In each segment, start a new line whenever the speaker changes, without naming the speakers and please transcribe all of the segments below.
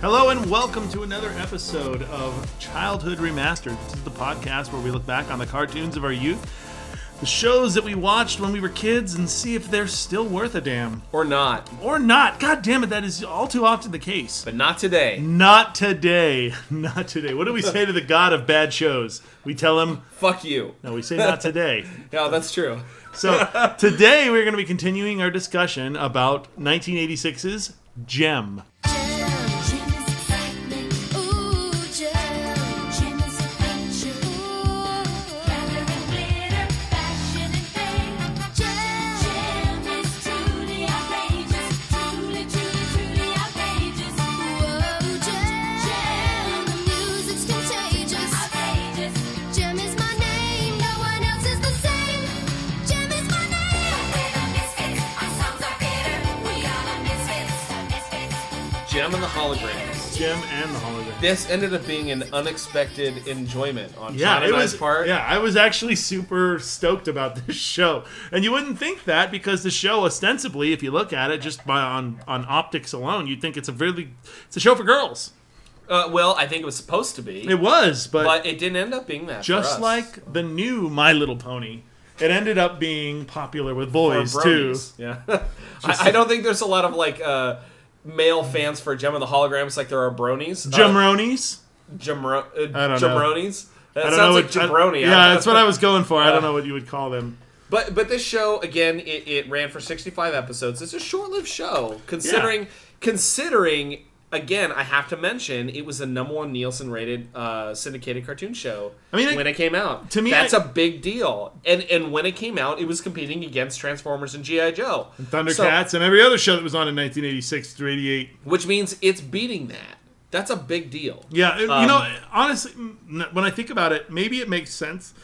Hello and welcome to another episode of Childhood Remastered. This is the podcast where we look back on the cartoons of our youth, the shows that we watched when we were kids, and see if they're still worth a damn
Or not.
or not. God damn it, that is all too often the case.
But not today.
Not today. Not today. What do we say to the god of bad shows? We tell him,
Fuck you.
no, we say not today.
No, that's true.
So today we're going to be continuing our discussion about 1986's Gem.
Gem is my name, no one else is the same. Jim is my name. Our songs are bitter. We are the misfits. The misfits.
Gem and the Holograms.
Gem and the hologram.
This ended up being an unexpected enjoyment on
Yeah,
Sean
it
and
was.
I's part.
Yeah, I was actually super stoked about this show, and you wouldn't think that because the show, ostensibly, if you look at it just by on on optics alone, you'd think it's a really it's a show for girls.
Uh, well, I think it was supposed to be,
It was, but,
but it didn't end up being that. for
just
us.
like the new My Little Pony, it ended up being popular with
Or
boys too.
bronies. Yeah. I, I don't think there's a lot of like uh, male fans for Gem and the Holograms like there are bronies. Uh,
Jumronies.
Gemro- uh,
I don't know.
Jemronis. That
I don't know what
sounds like
I-
jabroni.
yeah, that's what I was going for. I don't know what you would call them.
But but this show again, it, it ran for sixty five episodes. It's a short lived show, considering considering again. I have to mention it was the number one Nielsen rated uh, syndicated cartoon show.
I mean, I-
when it came out,
to me,
that's
I-
a big deal. And and when it came out, it was competing against Transformers and GI Joe,
Thundercats and every other show that was on in 1986 through 88.
So- which means it's beating that. That's a big deal.
Yeah, it- you
Um,
know, honestly, n- when I think about it, maybe it makes sense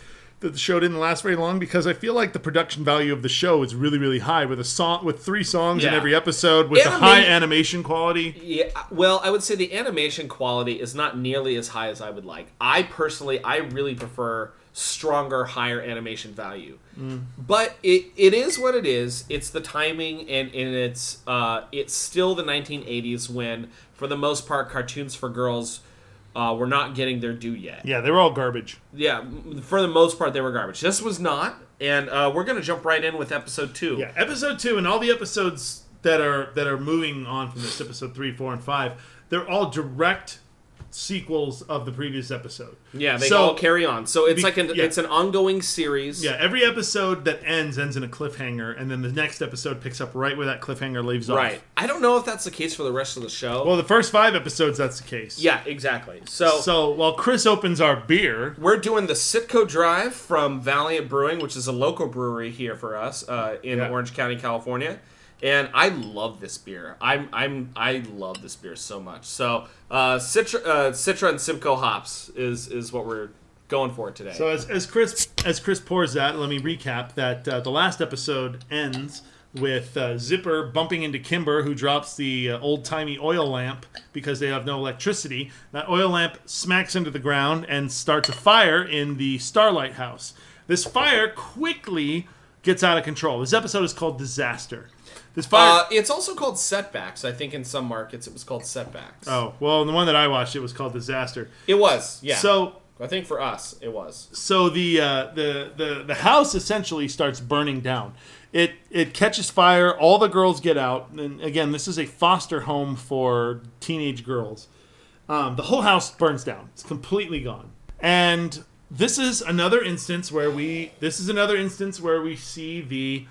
that the show didn't last very long because I feel like the production value of the show is really, really high with a song with three songs in
Yeah.
every episode with
Anima-
a high animation quality.
Yeah, well, I would say the animation quality is not nearly as high as I would like. I personally, I really prefer stronger, higher animation value.
Mm.
But it, it is what it is. It's the timing, and, and it's uh, it's still the 1980s when, for the most part, cartoons for girls uh, were not getting their due yet.
Yeah, they were all garbage.
Yeah, m- for the most part, they were garbage. This was not, and uh, we're gonna jump right in with episode two.
Yeah, episode two and all the episodes that are that are moving on from this episode three, four, and five, they're all direct sequels of the previous episode.
Yeah, they
So-
all carry on. So it's
Be-
like an
yeah.
it's an ongoing series.
Yeah, every episode that ends ends in a cliffhanger, and then the next episode picks up right where that cliffhanger leaves off.
Right. I don't know if that's the case for the rest of the show.
Well, the first five episodes, that's the case.
yeah, exactly. So,
So while Chris opens our beer,
we're doing the Sitco Drive from Valiant Brewing, which is a local brewery here for us uh, in
Yeah.
Orange County, California. And I love this beer. I'm I'm I love this beer so much. So uh, Citra uh, Citra and Simcoe hops is is what we're going for today.
so as, as Chris as Chris pours that, let me recap that uh, the last episode ends with uh, Zipper bumping into Kimber, who drops the uh, old timey oil lamp because they have no electricity. That oil lamp smacks into the ground and starts a fire in the Starlight House. This fire quickly gets out of control. This episode is called Disaster. This fire.
uh, it's also called setbacks. I think in some markets it was called setbacks.
oh well, the one that I watched, it was called Disaster.
it was. Yeah.
So
I think for us it was.
so the uh, the the the house essentially starts burning down. It it catches fire. All the girls get out, and again, this is a foster home for teenage girls. Um, the whole house burns down. It's completely gone. And this is another instance where we this is another instance where we see the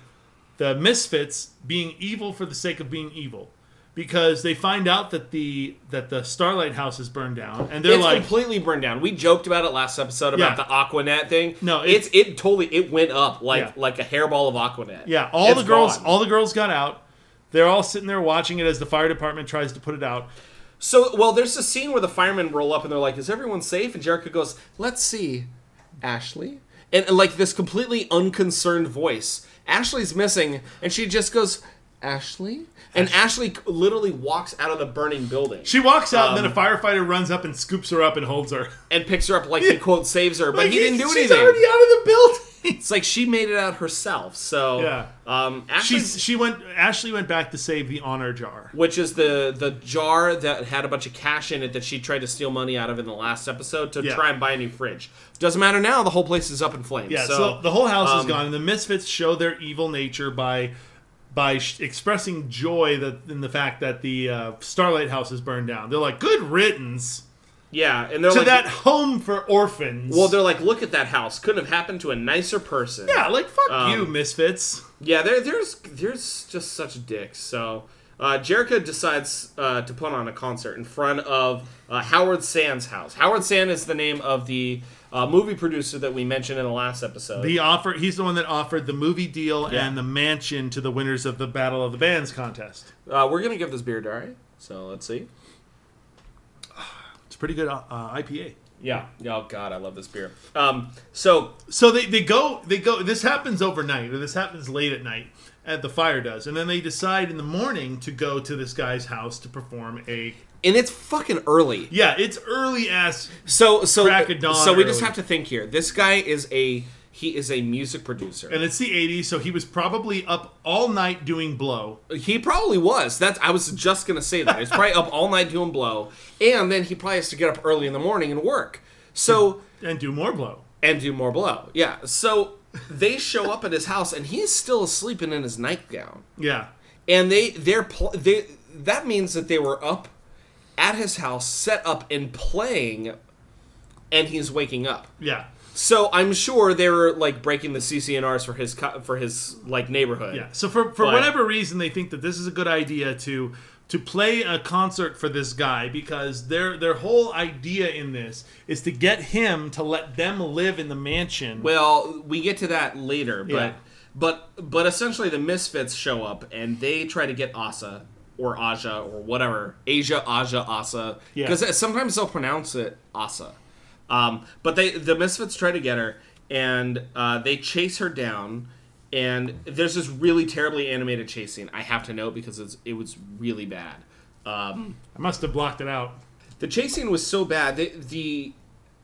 the misfits being evil for the sake of being evil because they find out that the that the starlight house is burned down and they're
it's
like
completely burned down. We joked about it last episode about
Yeah.
the Aquanet thing.
No,
it's it totally it went up like
Yeah.
like a hairball of Aquanet.
Yeah, all
It's
the girls,
gone.
all the girls got out. They're all sitting there watching it as the fire department tries to put it out.
so well, there's a scene where the firemen roll up and they're like, "Is everyone safe?" And Jericho goes, "Let's see, Ashley," and, and like this completely unconcerned voice. Ashley's missing, and she just goes, "Ashley," and Ashley literally walks out of the burning building
She walks out,
Um,
and then a firefighter runs up and scoops her up and holds her.
and picks her up like he quote saves her, but he didn't do
she's
anything.
already out of the building.
It's like she made it out herself. So
Yeah.
um, actually,
She's, she went. Ashley went back to save the honor jar.
which is the the jar that had a bunch of cash in it that she tried to steal money out of in the last episode to
Yeah.
try and buy a new fridge. Doesn't matter now. The whole place is up in flames.
Yeah, so, the whole house
um,
is gone, and the misfits show their evil nature by by sh- expressing joy that in the fact that the uh, Starlight House is burned down. They're like, "Good riddance
yeah, and they're
to
like,
that home for orphans."
well, they're like, look at that house. Couldn't have happened to a nicer person.
yeah, like fuck you,
Um,
misfits.
Yeah, there, there's there's just such dicks. So uh, Jericho decides uh, to put on a concert in front of uh, Howard Sand's house. Howard Sand is the name of the uh, movie producer that we mentioned in the last episode.
The offer. He's the one that offered the movie deal
Yeah.
and the mansion to the winners of the Battle of the Bands contest.
uh, we're gonna give this beer to Ari. So let's see.
It's a pretty good uh, uh, IPA.
Yeah. Oh God, I love this beer. Um. So
So they, they go they go this happens overnight or this happens late at night at the fire does and then they decide in the morning to go to this guy's house to perform a
and it's fucking early.
Yeah, it's early ass
So so
Crack of dawn
so we just
early.
have to think here. This guy is a he is a music producer.
and it's the 80s so he was probably up all night doing blow.
He probably was. That's I was just gonna say that. He's probably up all night doing blow, and then he probably has to get up early in the morning and work. So
And do more blow.
and do more blow. Yeah. So they show up at his house, and he's still sleeping in his nightgown.
Yeah.
And they they're pl- they that means that they were up at his house, set up and playing, and he's waking up.
Yeah.
So I'm sure they were like breaking the CCNRs for his co- for his like neighborhood.
Yeah. So for for
But-
whatever reason they think that this is a good idea to to play a concert for this guy because their their whole idea in this is to get him to let them live in the mansion.
Well, we get to that later, but
Yeah.
but but essentially the misfits show up and they try to get Asa or Aja or whatever Asia Aja Asa
Yeah.
because sometimes they'll pronounce it Asa, um, but they the misfits try to get her and uh, they chase her down. And there's this really terribly animated chase scene. I have to know because it's, it was really bad. Um,
I must have blocked it out.
the chase scene was so bad that the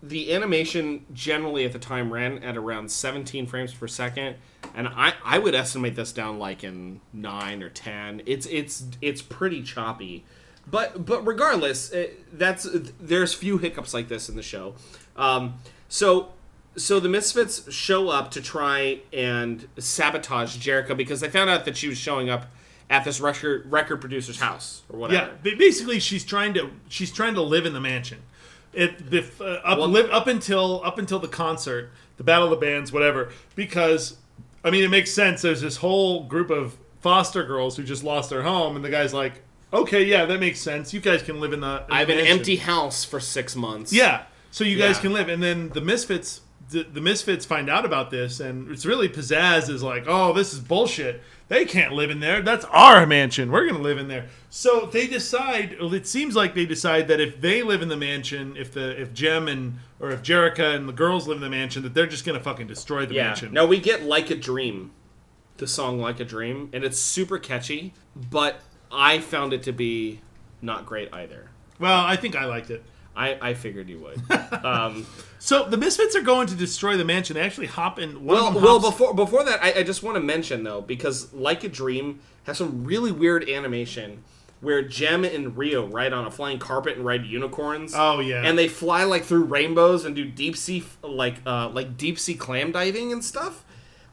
the animation generally at the time ran at around 17 frames per second, and I I would estimate this down like in nine or ten. It's it's it's pretty choppy, but but regardless, it, that's there's few hiccups like this in the show. Um, so so the misfits show up to try and sabotage Jericho because they found out that she was showing up at this record record producer's house or
Yeah,
whatever.
ba- basically, she's trying to she's trying to live in the mansion. It bef- uh, up
Well-
live, up until up until the concert, the battle of the bands, whatever. Because I mean, it makes sense. There's this whole group of foster girls who just lost their home, and the guy's like, "Okay, yeah, that makes sense. You guys can live in the." in
I have
the
an
mansion."
empty house for six months.
Yeah, so you guys
Yeah.
can live, and then the misfits. The, the misfits find out about this, and it's really pizzazz is like, "Oh, this is bullshit. They can't live in there. That's our mansion. We're gonna live in there." So they decide. Well, it seems like they decide that if they live in the mansion, if the if Jem and or if Jerica and the girls live in the mansion, that they're just gonna fucking destroy the
Yeah.
mansion.
Now we get Like a Dream, the song Like a Dream, and it's super catchy, but I found it to be not great either.
Well, I think I liked it.
I, I figured you would.
So the misfits are going to destroy the mansion. They actually hop in. One of
well,
them
well
hops-
before before that, I, I just want to mention though, because Like a Dream has some really weird animation where Jem and Rio ride on a flying carpet and ride unicorns.
Oh, yeah.
and they fly like through rainbows and do deep sea f- like uh, like deep sea clam diving and stuff.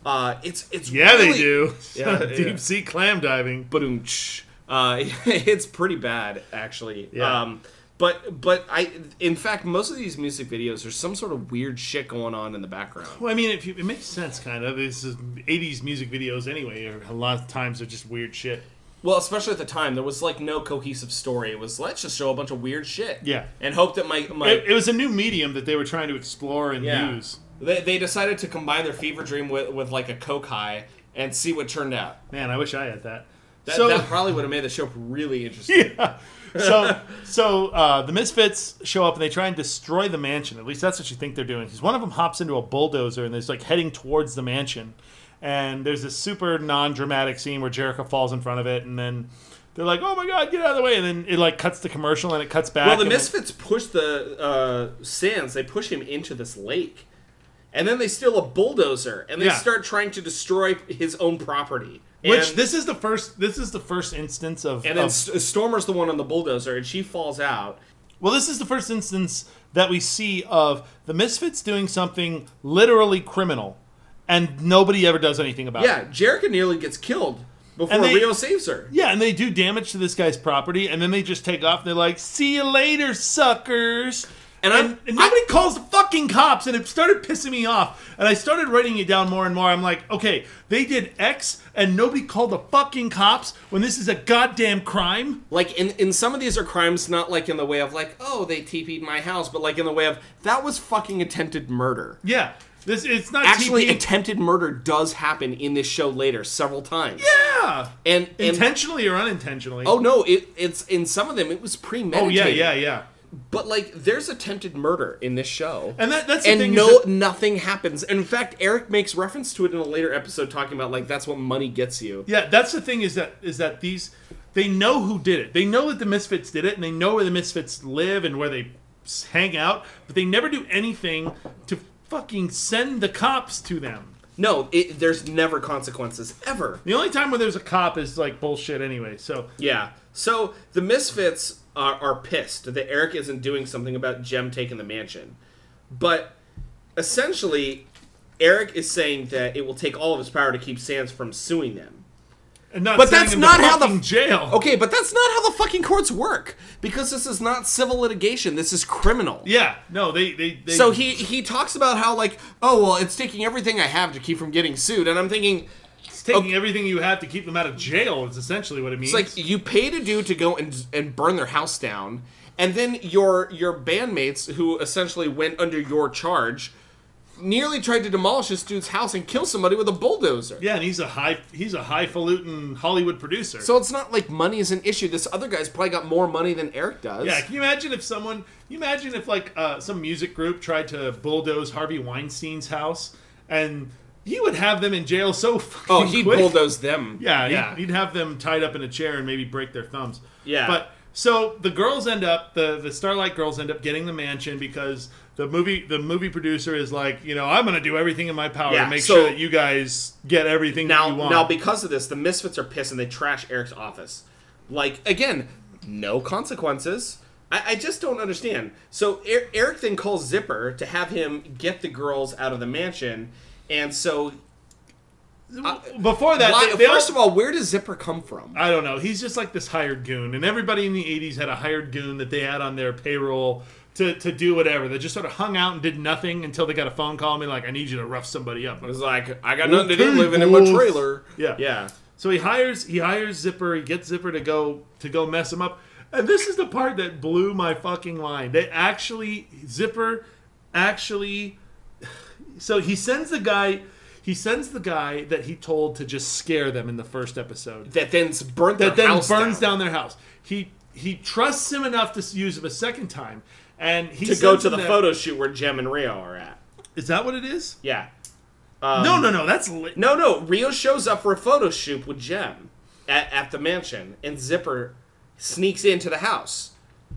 Uh, it's it's
yeah, they
really-
do.
Yeah, yeah.
deep sea clam diving.
Ba-doom-tsh. Uh, it's pretty bad, actually.
Yeah.
Um, but but I, in fact, most of these music videos, there's some sort of weird shit going on in the background.
Well, I mean, if you, it makes sense, kind of. This is '80s music videos, anyway. Are a lot of times they're just weird shit.
Well, especially at the time, there was like no cohesive story. It was let's just show a bunch of weird shit.
Yeah.
and hope that my my
It, it was a new medium that they were trying to explore and
yeah.
use.
They, they decided to combine their fever dream with, with like a coke high and see what turned out.
Man, I wish I had that.
That,
so,
that probably would have made the show really interesting.
yeah. so, so uh, the misfits show up and they try and destroy the mansion. At least that's what you think they're doing. Because one of them hops into a bulldozer and is like heading towards the mansion. And there's this super non-dramatic scene where Jericho falls in front of it, and then they're like, "Oh my god, get out of the way!" And then it like cuts the commercial and it cuts back.
Well, the
and then-
Misfits push the uh, Sans. They push him into this lake, and then they steal a bulldozer and they
Yeah.
start trying to destroy his own property.
Which
And-
this Oh. is the first. This is the first instance of.
and then
of-
S- Stormer's the one on the bulldozer, and she falls out.
well, this is the first instance that we see of the misfits doing something literally criminal, and nobody ever does anything about it.
Yeah, Jerica nearly gets killed before
And they-
Rio saves her.
Yeah, and they do damage to this guy's property, and then they just take off. And they're like, "See you later, suckers."
And
And,
I'm-
and nobody calls the fucking cops, and it started pissing me off. And I started writing it down more and more. I'm like, okay, they did X, and nobody called the fucking cops when this is a goddamn crime.
Like in, in some of these are crimes not like in the way of like oh they TP'd my house, but like in the way of that was fucking attempted murder.
Yeah, this it's not
Actually,
TP.
attempted murder does happen in this show later several times.
yeah,
and, and
intentionally or unintentionally.
oh no, it, it's in some of them it was premeditated.
Oh, yeah, yeah, yeah.
But like, there's attempted murder in this show,
And that, that's the
and
thing. is
no,
that-
nothing happens. And in fact, Eric makes reference to it in a later episode, talking about like that's what money gets you.
Yeah, that's the thing is that is that these they know who did it. They know that the misfits did it, and they know where the misfits live and where they s- hang out. But they never do anything to fucking send the cops to them.
No, it, there's never consequences ever.
The only time where there's a cop is like bullshit anyway. So
Yeah. So the misfits are, are pissed that Eric isn't doing something about Jem taking the mansion, but essentially, Eric is saying that it will take all of his power to keep Sans from suing them.
and not
But
sending
that's
them
not
to
how the-
fucking jail.
Okay, but that's not how the fucking courts work because this is not civil litigation. This is criminal.
Yeah, no, they they, they
So he he talks about how like oh well it's taking everything I have to keep from getting sued and I'm thinking
it's taking
okay.
everything you have to keep them out of jail. Is essentially what it means.
it's like you paid a dude to go and and burn their house down and then your your bandmates who essentially went under your charge nearly tried to demolish this dude's house and kill somebody with a bulldozer.
yeah, and he's a high he's a highfalutin Hollywood producer.
So it's not like money is an issue. This other guy's probably got more money than Eric does.
Yeah, can you imagine if someone? Can you imagine if like uh, some music group tried to bulldoze Harvey Weinstein's house, and he would have them in jail so fucking
Oh, he
quick.
bulldozed them.
Yeah,
yeah.
yeah. He'd, he'd have them tied up in a chair and maybe break their thumbs.
Yeah.
But so the girls end up the the Starlight girls end up getting the mansion because the movie the movie producer is like you know I'm gonna do everything in my power
Yeah,
to make
so-
sure that you guys get everything that you
Now,
want.
now because of this, the misfits are pissed and they trash Eric's office. Like again, no consequences. I, I just don't understand. So er- Eric then calls Zipper to have him get the girls out of the mansion, and so
before that,
why,
they, they
first
all-
of all, where does Zipper come from?
I don't know. He's just like this hired goon, and everybody in the '80s had a hired goon that they had on their payroll to, to do whatever. They just sort of hung out and did nothing until they got a phone call and be like, "I need you to rough somebody up."
It's like I got
nothing to do living in my trailer. Yeah.
yeah.
So he hires he hires Zipper. He gets Zipper to go to go mess him up. And this is the part that blew my fucking mind. They actually Zipper actually. So he sends the guy. He sends the guy that he told to just scare them in the first episode
That then s- burnt
that
their
then
house
burns down. their house. He he trusts him enough to s- use him a second time, and he
to go
sends
to
him
the
that-
photo shoot where Jem and Rio are at.
Is that what it is?
Yeah. Um,
no, no, no. That's li-
No, no. Rio shows up for a photo shoot with Jem at, at the mansion, and Zipper sneaks into the house.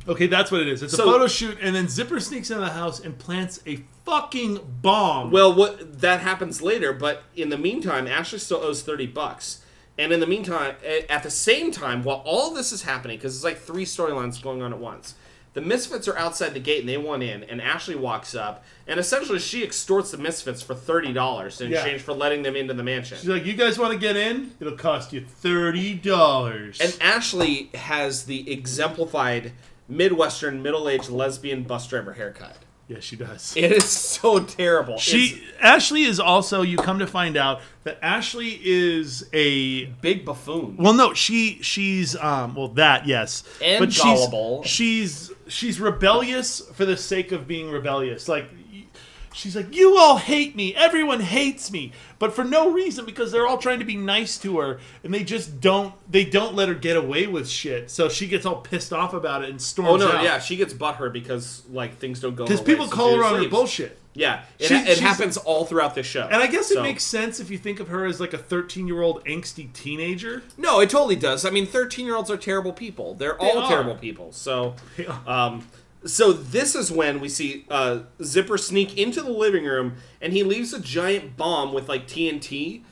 okay. That's what it is. It's
So-
a photo shoot, and then Zipper sneaks into the house and plants a fucking bomb.
Well, what that happens later, but in the meantime, Ashley still owes thirty bucks. And in the meantime, a- at the same time, while all this is happening, because it's like three storylines going on at once, the Misfits are outside the gate and they want in. And Ashley walks up, and essentially she extorts the Misfits for thirty dollars in
Yeah.
exchange for letting them into the mansion.
She's like, "You guys want to get in? It'll cost you thirty dollars."
And Ashley has the exemplified Midwestern middle-aged lesbian bus driver haircut.
yes, she does.
It is so terrible.
she
It's
Ashley is also. You come to find out that Ashley is a
big buffoon.
Well, no, she she's um well that yes,
And
but
gullible.
She's, she's she's rebellious for the sake of being rebellious. Like y- she's like you all hate me, everyone hates me, but for no reason because they're all trying to be nice to her and they just don't they don't let her get away with shit. So she gets all pissed off about it and
Oh
storms
no,
out.
yeah, she gets butthurt because like things don't go.
because
way,
people
so
call
she
her on her
leaves.
bullshit.
Yeah, it,
She's- she's-
it happens all throughout the show.
And I guess
So-
it makes sense if you think of her as like a 13 year old angsty teenager.
no, it totally does. I mean, thirteen-year-olds are terrible people. They're all
are.
terrible people. So,
They are.
um, So this is when we see uh, Zipper sneak into the living room, and he leaves a giant bomb with like TNT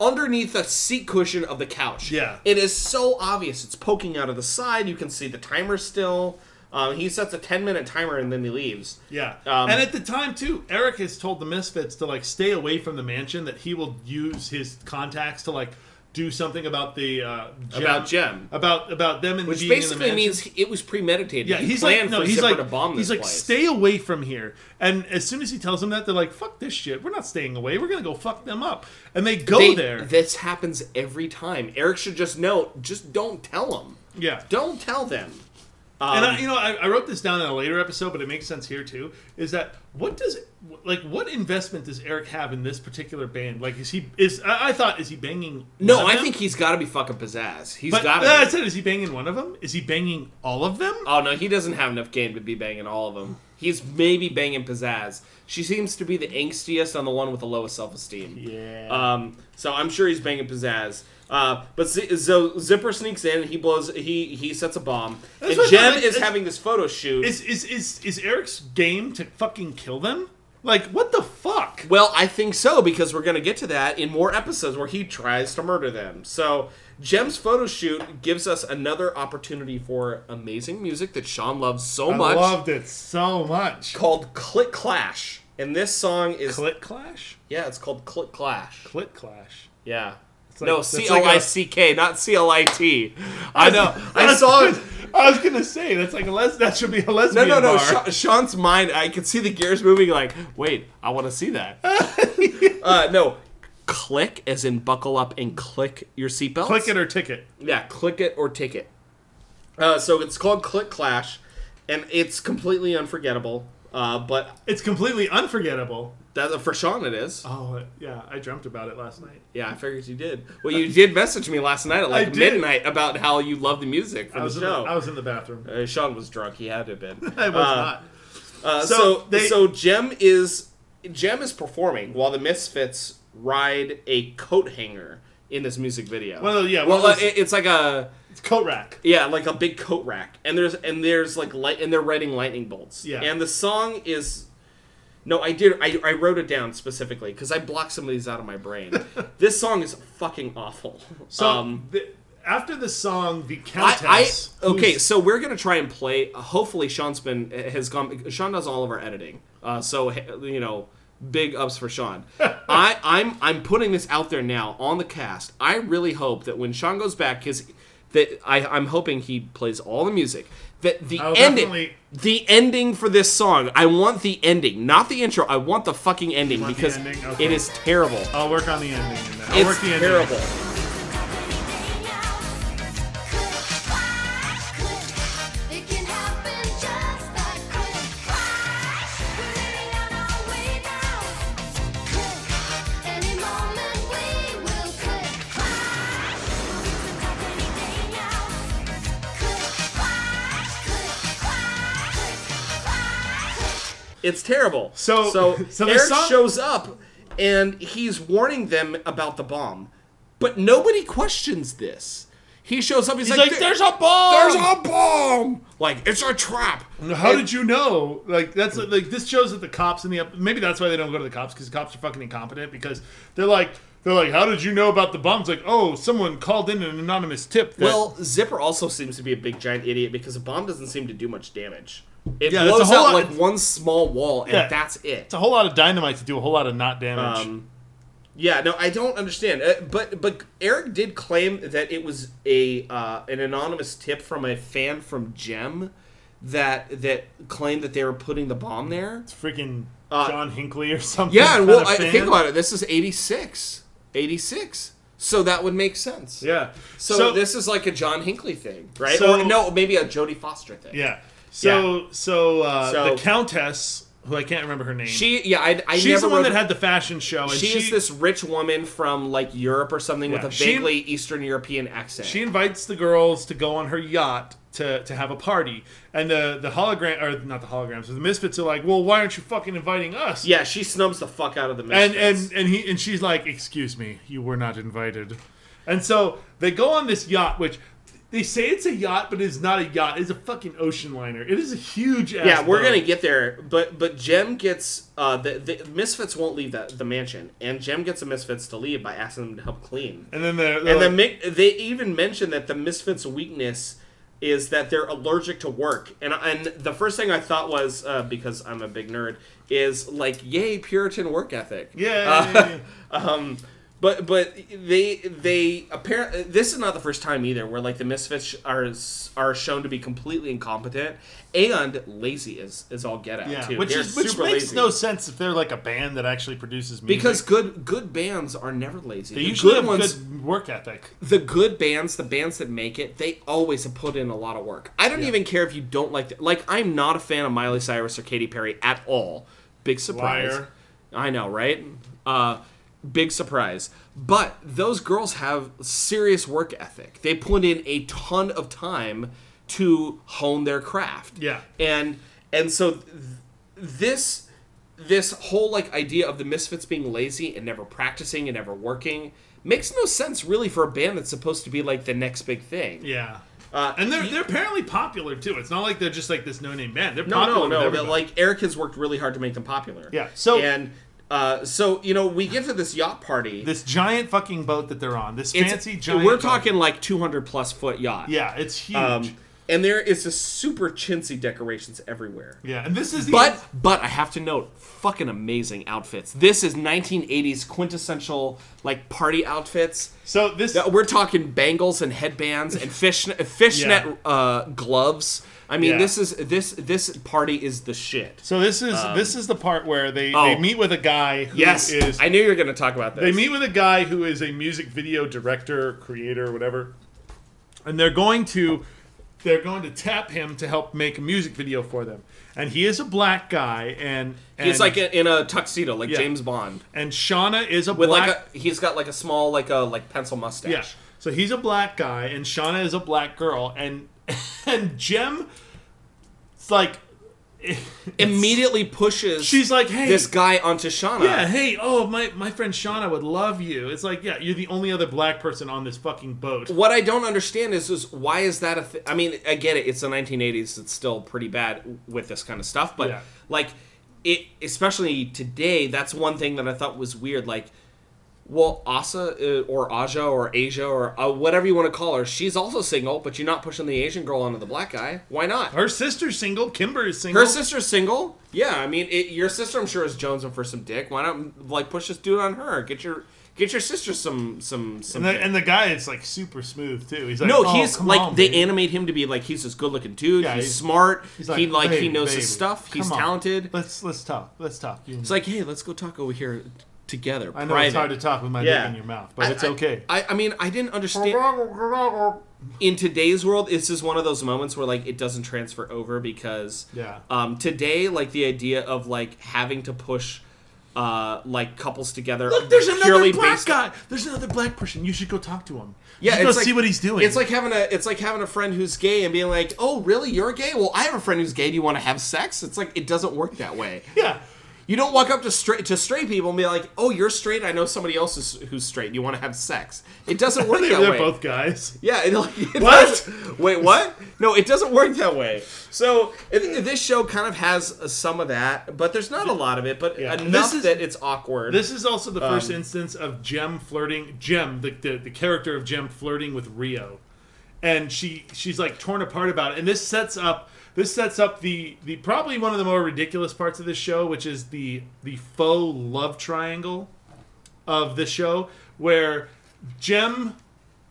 underneath the seat cushion of the couch.
Yeah.
it is so obvious. It's poking out of the side. You can see the timer still. Um, he sets a ten minute timer and then he leaves.
Yeah,
Um,
and at the time too, Eric has told the Misfits to like stay away from the mansion. That he will use his contacts to like do something about the uh, gem,
About Jem.
about about them and
Which
being
basically
in the mansion.
means it was premeditated.
yeah,
he
he's like
planned
no,
for
he's
Zipper
like
to bomb
he's
this
like
place.
stay away from here. And as soon as he tells them that, they're like fuck this shit. We're not staying away. We're gonna go fuck them up. And they go
They-
there.
This happens every time. Eric should just know. Just don't tell them.
yeah,
Don't tell them. Um,
and I, you know I, I wrote this down in a later episode, but it makes sense here too. Is that what does like what investment does Eric have in this particular band? Like is he is I, I thought is he banging? one
no,
of
I
them?
think he's got to be fucking pizzazz. He's
But
got
I
to.
said, is he banging one of them? Is he banging all of them?
Oh no, he doesn't have enough game to be banging all of them. He's maybe banging pizzazz. She seems to be the angstiest on the one with the lowest self esteem.
Yeah.
Um. So I'm sure he's banging pizzazz. Uh, but Z- so Zipper sneaks in and he blows. He he sets a bomb.
That's what I
and Jem
thought,
is
it's-
having this photo shoot.
Is is is is Eric's game to fucking kill them? Like what the fuck?
Well, I think so because we're going to get to that in more episodes where he tries to murder them. So, Jem's photo shoot gives us another opportunity for amazing music that Sean loves so much
it so much.
called Click Clash. And this song is
Clit clash.
yeah, it's called Click Clash.
Clit clash.
Yeah.
like-
no,
it's
C
like
L I
a-
C K, not C L I T. I know. I saw it.
I was gonna say that's like a les- that should be a
No,
lesbian
no, no.
bar.
Sha- Sean's mind, I could see the gears moving like, wait, I want to see that. uh, no. Click, as in buckle up and click your seatbelt.
Click it or ticket.
Yeah, click it or take it. Uh, so it's called Click Clash, and it's completely unforgettable. Uh, but
It's completely unforgettable.
that, for Sean, it is.
Oh yeah, I dreamt about it last night.
Yeah, I figured you did. Well, you did message me last night at
I
like
did.
midnight about how you love the music for
I
the
was in
show.
the, I was in the bathroom.
uh, Sean was drunk. He had to have been.
I was
Uh,
not.
Uh, so
So
so,
they-
Jem is Jem is performing while the Misfits ride a coat hanger in this music video.
One of those- yeah, one
well,
of
uh,
those-
it- it's like a
It's coat rack.
Yeah, like a big coat rack, and there's and there's like light, and they're writing lightning bolts.
Yeah.
and the song is. No, I did. I, I wrote it down specifically because I blocked some of these out of my brain. this song is fucking awful.
So
um,
the, after the song, the
I,
countess.
I okay.
who's-
So we're gonna try and play. Hopefully, Sean's been has gone. Sean does all of our editing. Uh, so you know, big ups for Sean. I I'm I'm putting this out there now on the cast. I really hope that when Sean goes back, his that I I'm hoping he plays all the music. That the
I'll
ending,
definitely-
the ending for this song. I want the ending, not the intro. I want the fucking ending
want the
because
ending? Okay.
it is terrible.
I'll work on the ending. in that. I'll
It's
work the ending.
terrible.
It can happen just like quick flash. We're living on our way now. Click. Any moment we will click flash. Every day now. Click flash. Click flash. Click flash.
It's terrible.
So-
so,
so the
Eric
song-
shows up and he's warning them about the bomb, but nobody questions this. He shows up. He's,
He's
like,
like,
"There-
"There's a bomb!"
There's a bomb! Like it's a trap."
How did you know? Like that's like this shows that the cops in the up- maybe that's why they don't go to the cops because the cops are fucking incompetent because they're like they're like how did you know about the bombs? Like oh someone called in an anonymous tip. That,
Well, Zipper also seems to be a big giant idiot because a bomb doesn't seem to do much damage. It
Yeah, that's
blows
a whole
out
lot-
like one small wall, and
Yeah.
that's it.
it's a whole lot of dynamite to do a whole lot of not damage.
Um, yeah, no, I don't understand. Uh, but but Eric did claim that it was a uh, an anonymous tip from a fan from Gem that that claimed that they were putting the bomb there.
Freaking
uh,
John Hinckley or something.
Yeah,
kind
and well,
of
I,
fan.
think about it. This is 86. 86. So that would make sense.
Yeah.
So, this is like a John Hinckley thing, right?
So-
or no, maybe a Jodie Foster thing.
yeah. So so, uh,
So-
the countess who I can't remember her name.
She, yeah, I, I
She's
never
the one
wrote-
that had the fashion show. And
she, is this rich woman from like Europe or something with
Yeah,
a
she-
vaguely Eastern European accent.
She invites the girls to go on her yacht to, to have a party, and the the hologram or not the holograms, the misfits are like, well, why aren't you fucking inviting us?
yeah, she snubs the fuck out of the
and
Misfits.
and and he and she's like, excuse me, you were not invited, and so they go on this yacht, which. They say it's a yacht, but it's not a yacht. It's a fucking ocean liner. It is a huge ass.
Yeah, we're
boat.
gonna get there, but but Jem gets uh, the, the Misfits won't leave the, the mansion, and Jem gets the Misfits to leave by asking them to help clean.
And then they're,
And
and
then Mi- they even mention that the Misfits' weakness is that they're allergic to work. And and the first thing I thought was uh, because I'm a big nerd is like, yay, Puritan work ethic.
yeah,
Um, but but they they apparently this is not the first time either where like the misfits are are shown to be completely incompetent and lazy is is all get out
yeah,
too.
which
They're
is, which
super
makes
lazy.
no sense if they're like a band that actually produces music.
because good good bands are never lazy.
they
the
usually
good
have
ones,
good work ethic.
the good bands, the bands that make it, they always have put in a lot of work. I don't even care if you don't like the, like I'm not a fan of Miley Cyrus or Katy Perry at all. Big surprise.
Liar.
I know, right? Uh big surprise. But those girls have serious work ethic. They put in a ton of time to hone their craft.
Yeah.
And and so th- this this whole like idea of the misfits being lazy and never practicing and never working makes no sense really for a band that's supposed to be like the next big thing.
Yeah.
Uh,
and they're
you-
they're apparently popular too. It's not like they're just like this no name band. They're
No,
popular
no,
with
no. But
everybody.
like Eric has worked really hard to make them popular.
Yeah, so-
and uh, so you know we get to this yacht party.
this giant fucking boat that they're on. This fancy giant.
We're
boat.
talking like 200 plus foot yacht.
Yeah, it's huge.
Um, and there is just super chintzy decorations everywhere.
yeah, and this is the
But but I have to note, fucking amazing outfits. This is 1980s quintessential like party outfits.
so this
That- We're talking bangles and headbands and fishnet fishnet
Yeah.
uh, gloves. I mean,
Yeah.
this is this this party is the shit.
so this is this is the part where they, they
Um, oh.
meet with a guy who is
Yes, I knew you were going to talk about this.
They meet with a guy who is a music video director, creator, whatever, and they're going to they're going to tap him to help make a music video for them. And he is a black guy, and, and
He's like in in a tuxedo, like
Yeah.
James Bond,
and Shauna is a
with
black
like a he's got like a small like a like pencil mustache.
yeah. So he's a black guy, and Shauna is a black girl, and and Jem, it's like
Immediately pushes
she's like, hey,
this guy onto Shauna.
Yeah, hey, oh my my friend Shauna would love you. It's like, yeah, you're the only other black person on this fucking boat.
What I don't understand is is why is that a thi- I mean, I get it. It's the 1980s. It's still pretty bad with this kind of stuff, but
Yeah.
like it especially today, that's one thing that I thought was weird like well, Asa uh, or Aja or Asia or uh, whatever you want to call her, she's also single, but you're not pushing the Asian girl onto the black guy. Why not?
Her sister's single, Kimber is single.
Her sister's single. Yeah, I mean, it, your sister, I'm sure, is jonesing for some dick. Why not like push this dude on her? Get your get your sister some some some.
and, the,
dick.
and the guy is like super smooth too. He's like,
no,
oh,
he's
come
like
on,
they
baby.
animate him to be like he's this good looking dude.
Yeah,
he's,
he's-
smart.
He's
he like he
"Baby,
knows
baby,
his stuff. He's
come on.
talented.
Let's let's talk. Let's talk. You and
It's
me.
like, hey, let's go talk over here together.
I know it's hard to talk with my
Yeah.
dick in your mouth, but it's okay.
I, I mean, I didn't understand. In today's world, it's just one of those moments where like it doesn't transfer over because
Yeah.
Um, today, like the idea of like having to push, uh, like couples together.
Look, there's
purely
another black
based-
guy. There's another black person. You should go talk to him. You
Yeah,
should go
it's like,
see what he's doing.
It's like having a it's like having a friend who's gay and being like, "Oh, really? You're gay? Well, I have a friend who's gay. Do you want to have sex?" It's like it doesn't work that way.
yeah.
You don't walk up to straight to straight people and be like, "Oh, you're straight. I know somebody else is, who's straight. You want to have sex?" It doesn't work
They,
that
are
way.
both guys.
Yeah, it, like, it
What?
doesn't- Wait, what? No, it doesn't work that way. So it, it- this show kind of has uh, some of that, but there's not a lot of it. But
Yeah.
enough
This is-
that it's awkward.
This is also the first
Um,
instance of Jem flirting. Jem, the, the the character of Jem flirting with Rio, and she she's like torn apart about it. And this sets up this sets up the the probably one of the more ridiculous parts of this show, which is the the faux love triangle of the show, where Jem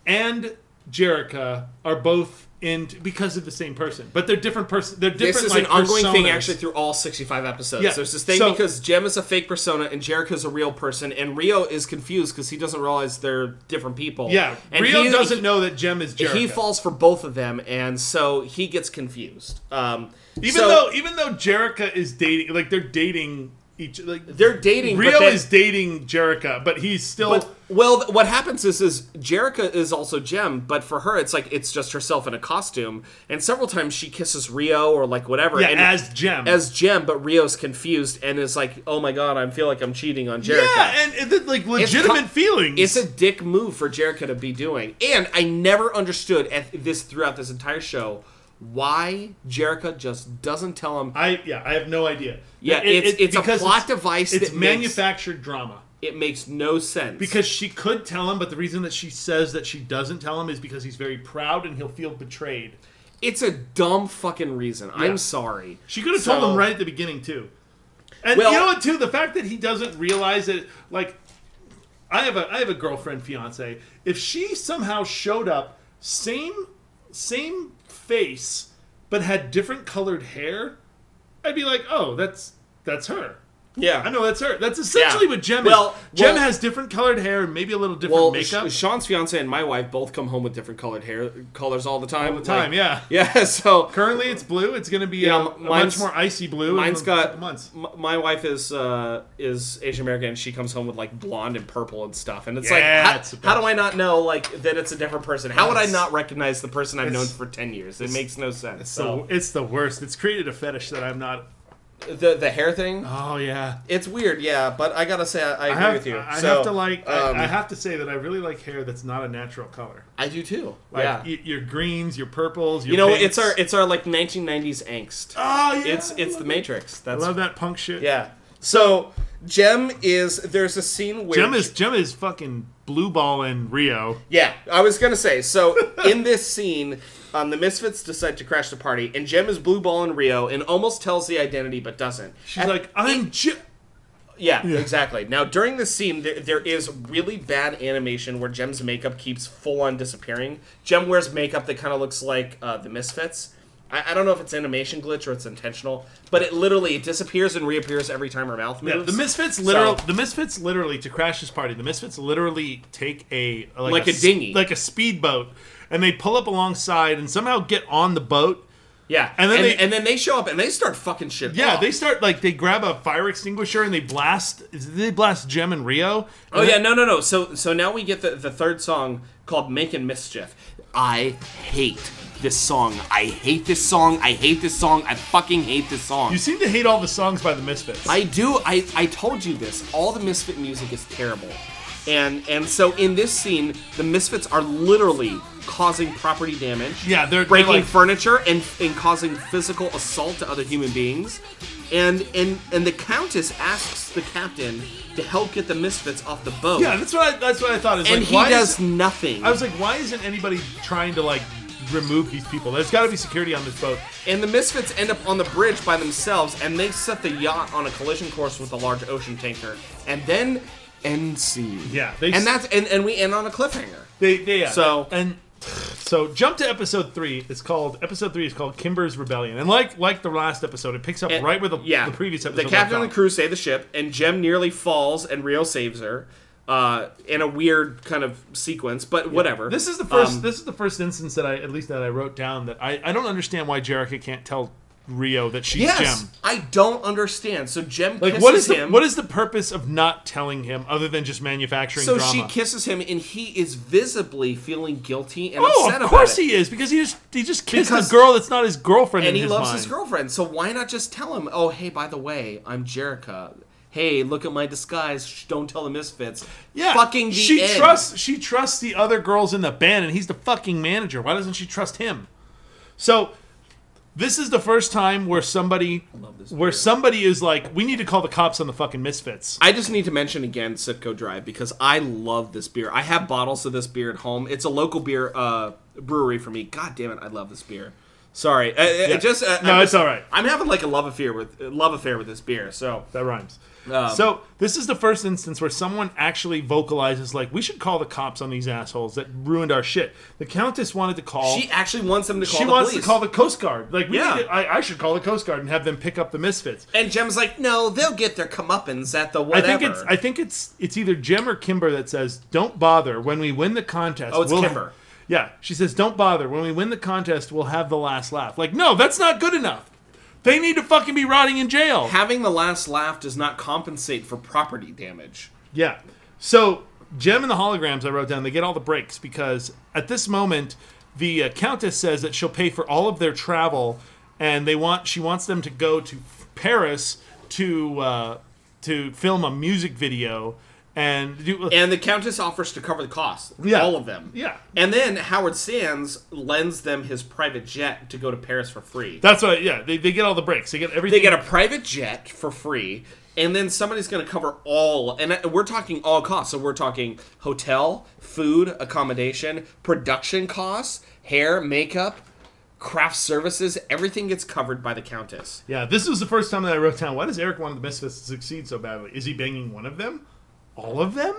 and Jerica are both in because of the same person, but they're different person. They're different.
this is
like,
an ongoing thing
personas.
actually through all 65 episodes
Yeah,
there's this thing
so-
because jem is a fake persona and jericho's a real person and rio is confused because he doesn't realize they're different people
Yeah,
and
Rio
he-
doesn't know that Jem is Jerica.
he falls for both of them and so he gets confused um
Even
so-
though even though Jerica is dating like they're dating each like
They're dating. but
Rio
they-
is dating Jerica, but he's still
But, well, th- what happens is, is Jerica is also Jem, but for her, it's like it's just herself in a costume. And several times she kisses Rio or like whatever.
yeah
and
as Gem
as Jem, but Rio's confused and is like, "Oh my god, I feel like I'm cheating on Jerica."
yeah, and, and then, like legitimate
co-
feelings.
It's a dick move for Jericho to be doing. And I never understood at this throughout this entire show why Jericho just doesn't tell him.
I yeah, I have no idea.
Yeah, it's- it's a
because
plot device
It's
that makes-
manufactured drama
It makes no sense.
because she could tell him, but the reason that she says that she doesn't tell him is because he's very proud and he'll feel betrayed.
it's a dumb fucking reason.
Yeah.
I'm sorry.
She could have
So-
told him right at the beginning too. And
Well-
you know what too? The fact that he doesn't realize it, like I have a I have a girlfriend, fiance. If she somehow showed up, same same face, but had different colored hair, I'd be like, oh, that's that's her.
Yeah,
I know that's her. That's essentially
Yeah.
what Jem
Well,
is. Jem
well-
has different colored hair and maybe a little different
Well,
makeup.
Sh- Sean's fiance and my wife both come home with different colored hair colors all the time.
all the time,
Like-
yeah.
Yeah. So
Currently, it's blue. It's going to be
Yeah,
a,
m-
a much
mine's-
more icy blue. in
mine's
a
got
couple months.
m- my wife is uh, is Asian American and she comes home with like blonde and purple and stuff and it's
Yeah,
like how,
it's a
how
bunch.
do I not know like that it's a different person how would I
It's-
not recognize the person I've known
it's-
for 10 years it makes no sense
So
so
it's the worst. It's created a fetish that I'm not.
the the hair thing
Oh yeah,
it's weird yeah but I gotta say I,
I
I agree
have,
with you
I
So,
have to like. I-
um,
I, have to say that I really like hair that's not a natural color.
I do too
Like e-,
yeah
y- your greens, your purples. Your
you know
pinks.
it's our it's our like 1990s angst
oh yeah.
it's it's the Matrix
I
that's
love that punk shit.
yeah so Jem is there's a scene where
Jem is Jem is fucking blue ball in Rio.
Yeah, I was gonna say. So in this scene, um, the Misfits decide to crash the party, and Jem is blue ball in Rio and almost tells the identity but doesn't.
She's like, I'm Jem.
yeah, exactly. Now during this scene, there, there is really bad animation where Jem's makeup keeps full on disappearing. Jem wears makeup that kind of looks like uh, the Misfits. I, I don't know if it's animation glitch or it's intentional, but it literally it disappears and reappears every time her mouth moves.
Yeah, the Misfits literally,
So-
the Misfits literally to crash this party. The Misfits literally take a like,
Like a
s-
dinghy.
like a speedboat, and they pull up alongside and somehow get on the boat.
yeah,
and then
and then and,
they-
and then they show up and they start fucking shit.
Yeah,
up.
they start like they grab a fire extinguisher and they blast. They blast Jem and Rio.
Oh yeah, no, no, no. So so now we get the, the third song called "Making Mischief." I hate this song. I hate this song. I hate this song. I fucking hate this song.
You seem to hate all the songs by the Misfits.
I do. I I told you this. All the Misfit music is terrible, and and so in this scene, the Misfits are literally causing property damage.
Yeah, they're- they're
breaking
like-
furniture and and causing physical assault to other human beings, and and and the Countess asks the captain to help get the Misfits off the boat
yeah, that's what I, that's what I thought. Is
and
like,
he
why
does
Is,
nothing.
I was like, why isn't anybody trying to like remove these people? There's got to be security on this boat.
and the Misfits end up on the bridge by themselves, and they set the yacht on a collision course with a large ocean tanker, and then end scene.
Yeah, they s-
and that's and, and we end on a cliffhanger.
They, they yeah.
So-
and so jump to episode three. It's called episode three is called Kimber's Rebellion, and like like the last episode, it picks up right where the,
yeah,
the previous episode.
The
left
captain and
off.
the crew save the ship, and Jem nearly falls, and Rio saves her. Uh, in a weird kind of sequence, but whatever.
This is the first.
Um,
this is the first instance that I at least that I wrote down that I I don't understand why Jerica can't tell Rio that she's
yes,
Jem.
I don't understand. So Jem
Like
kisses
what is the,
him.
what is the purpose of not telling him other than just manufacturing
so
drama?
she kisses him, and he is visibly feeling guilty and
Oh, of
upset about
course
it.
he is because he just he just kissed
Because-
a girl that's not his girlfriend, in
and he
his
loves
mind.
his girlfriend. So why not just tell him, "Oh, hey, by the way, I'm Jerica. Hey, look at my disguise. Shh, Don't tell the misfits."
Yeah,
fucking the
she
end.
trusts she trusts the other girls in the band, and he's the fucking manager. Why doesn't she trust him? So this is the first time where somebody
this
where somebody is like, we need to call the cops on the fucking misfits.
I just need to mention again Sitco Drive because I love this beer. I have bottles of this beer at home. It's a local beer uh, brewery for me. God damn it, I love this beer. Sorry, I, I- I just I-
No,
I'm
it's
just-
all right.
I'm having like a love affair with uh, love affair with this beer. So
That rhymes.
Um,
so this is the first instance where someone actually vocalizes like, we should call the cops on these assholes that ruined our shit. The countess wanted to call.
she actually wants them to call.
she
the
wants
police.
to call the Coast Guard. Like, we
Yeah.
need to, I, I should call the Coast Guard and have them pick up the misfits.
And Jem's like, no, they'll get their comeuppance at the
I
whatever.
think it's I think it's it's either Jim or Kimber that says, "Don't bother when we win the contest."
Oh, it's Kimber.
Yeah, she says, "Don't bother when we win the contest. We'll have the last laugh." Like, no, that's not good enough. They need to fucking be rotting in jail.
Having the last laugh does not compensate for property damage.
Yeah. So Gem and the holograms I wrote down, they get all the breaks because at this moment the uh, countess says that she'll pay for all of their travel, and they want she wants them to go to Paris to uh, to film a music video and do.
And the Countess offers to cover the cost.
Yeah.
All of them.
Yeah.
And then Howard Sands lends them his private jet to go to Paris for free.
that's what, yeah. They, they get all the breaks. They get everything.
they get a private jet for free, and then somebody's going to cover all, and uh, we're talking all costs. So we're talking hotel, food, accommodation, production costs, hair, makeup, craft services. Everything gets covered by the Countess.
Yeah, this was the first time that I wrote down. Why does Eric want the Misfits to succeed so badly? Is he banging one of them? All of them?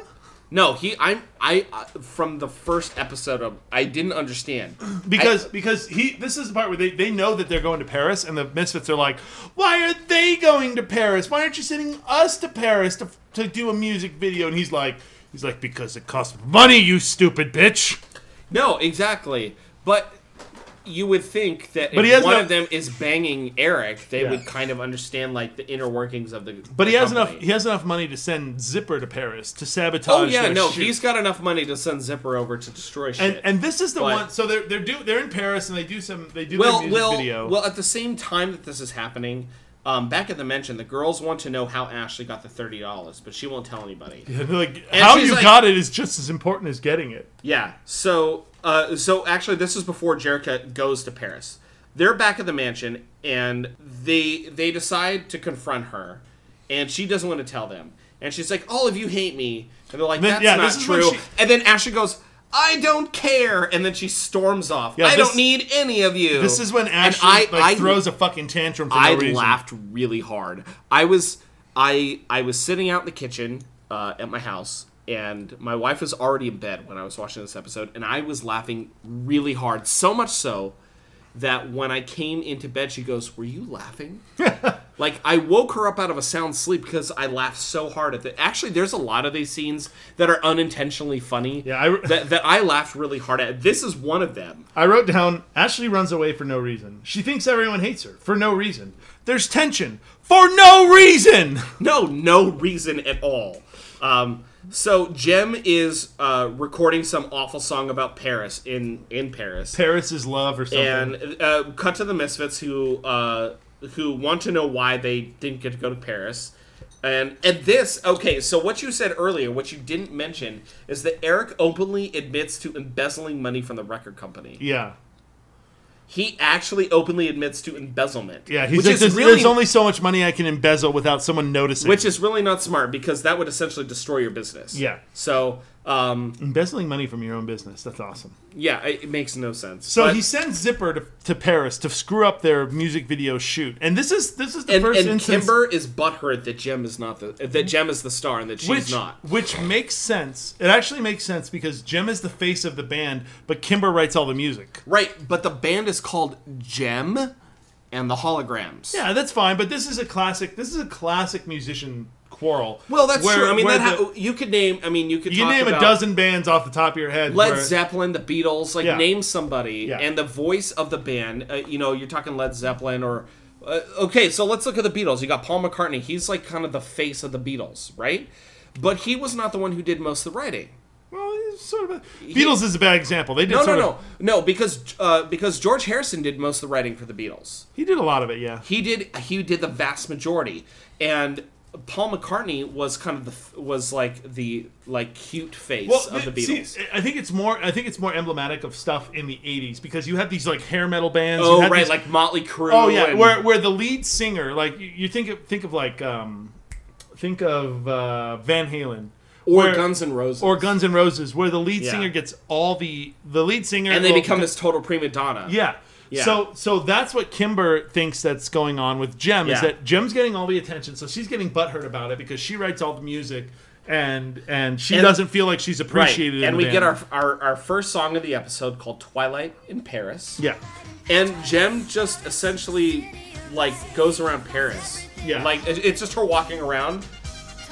No, he. I'm. I. Uh, from the first episode of, I didn't understand.
Because because he this is the part where they, they know that they're going to Paris and the Misfits are like, why are they going to Paris? Why aren't you sending us to Paris to, to do a music video? And he's like he's like because it costs money, you stupid bitch.
No, exactly. But you would think that
But he
if
has
one
no-
of them is banging Eric, they
Yeah.
would kind of understand like the inner workings of the.
But he
the
has enough
company.
he has enough money to send Zipper to Paris to sabotage.
Oh yeah,
their
no,
shoot.
he's got enough money to send Zipper over to destroy shit.
and, and this is the
But-
one so they're they're do they're in Paris and they do some they do their
well,
music
well,
video.
well. At the same time that this is happening, um, back at the mention, the girls want to know how Ashley got the thirty dollars, but she won't tell anybody. Yeah.
And they're like how
she's
you
like-
got it is just as important as getting it.
so, uh, so actually, this is before Jerica goes to Paris. They're back at the mansion, and they they decide to confront her, and she doesn't want to tell them. And she's like, "All of you hate me," and they're like,
Then-
"That's
yeah,
not
this is when
true."
she-
and then Ashley goes. I don't care, and then she storms off.
Yeah,
I
this-
don't need any of you.
This is when
And
Ashley
I-
like,
I-
throws a fucking tantrum for
I
no reason.
laughed really hard. I was I I was sitting out in the kitchen uh, at my house, and my wife was already in bed when I was watching this episode, and I was laughing really hard, so much so that when I came into bed, she goes, "Were you laughing?" like I woke her up out of a sound sleep because I laughed so hard at the. Actually, there's a lot of these scenes that are unintentionally funny.
Yeah, I-
that that I laughed really hard at. This is one of them.
I wrote down Ashley runs away for no reason. She thinks everyone hates her for no reason. There's tension for no reason.
No, no reason at all. Um, so Jem is uh, recording some awful song about Paris in in Paris,
Paris is love or something.
and uh, cut to the Misfits who uh, who want to know why they didn't get to go to Paris. And at this, okay, so what you said earlier, what you didn't mention, is that Eric openly admits to embezzling money from the record company.
yeah.
He actually openly admits to embezzlement.
Yeah, he's
which
like,
is
there's,
really
there's only so much money I can embezzle without someone noticing.
which is really not smart because that would essentially destroy your business.
Yeah.
So, um,
embezzling money from your own business. That's awesome.
yeah, it, it makes no sense.
So
But-
he sends Zipper to, to Paris to screw up their music video shoot. And this is this is the
and,
first
and
instance Mm-hmm.
Kimber is butthurt that Jem is not the that Jem is the star and that she's
which,
not.
Which makes sense. It actually makes sense because Jim is the face of the band, but Kimber writes all the music.
Right, but the band is called Jem and the Holograms.
Yeah, that's fine. But this is a classic. This is a classic musician quarrel.
Well, that's
where-
true. I mean,
where
that ha-
the-
you could name. I mean, you could
you can
talk
name a
about
dozen bands off the top of your head.
Led
where-
Zeppelin, the Beatles, like
Yeah.
name somebody,
Yeah.
and the voice of the band. Uh, you know, you're talking Led Zeppelin or. Uh, okay, so let's look at the Beatles. You got Paul McCartney. He's like kind of the face of the Beatles, right? But he was not the one who did most of the writing.
Well, it's sort of. A, Beatles is a bad example. They did
No, no,
sort
no,
of-
no, because uh, because George Harrison did most of the writing for the Beatles.
He did a lot of it. Yeah.
He did he did the vast majority, and Paul McCartney was kind of the f- was like the like cute face of the
see,
Beatles.
I think it's more. I think it's more emblematic of stuff in the '80s because you have these like hair metal bands. you
oh
had
right,
these-
like Motley Crue.
Oh yeah,
and-
where where the lead singer like you, you think of think of like um think of uh, Van Halen
or
where-
Guns N' Roses,
or Guns N' Roses where the lead
Yeah.
singer gets all the the lead singer
and they
will-
become this total prima donna.
yeah.
Yeah.
So so that's what Kimber thinks that's going on with Jem is
Yeah.
that Jem's getting all the attention so she's getting butthurt about it because she writes all the music and and she
And-
doesn't feel like she's
right.
appreciated in
And
the
we get
band.
our, our our first song of the episode called "Twilight in Paris."
yeah
And Jem just essentially like goes around Paris.
Yeah.
Like it- it's just her walking around.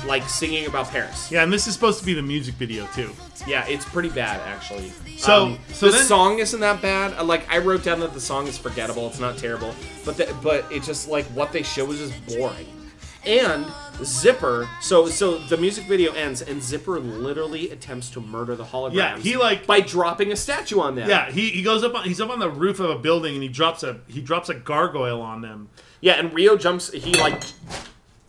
like singing about Paris.
Yeah, and this is supposed to be the music video too.
Yeah, it's pretty bad actually. Um,
So- so
the
then-
song isn't that bad. Uh, Like I wrote down that the song is forgettable. It's not terrible, but the, but it just like what they show is just boring. And Zipper, so so the music video ends, and Zipper literally attempts to murder the holograms.
Yeah, he, like-
by dropping a statue on them.
Yeah, he, he goes up on he's up on the roof of a building and he drops a he drops a gargoyle on them.
yeah, and Rio jumps. He like,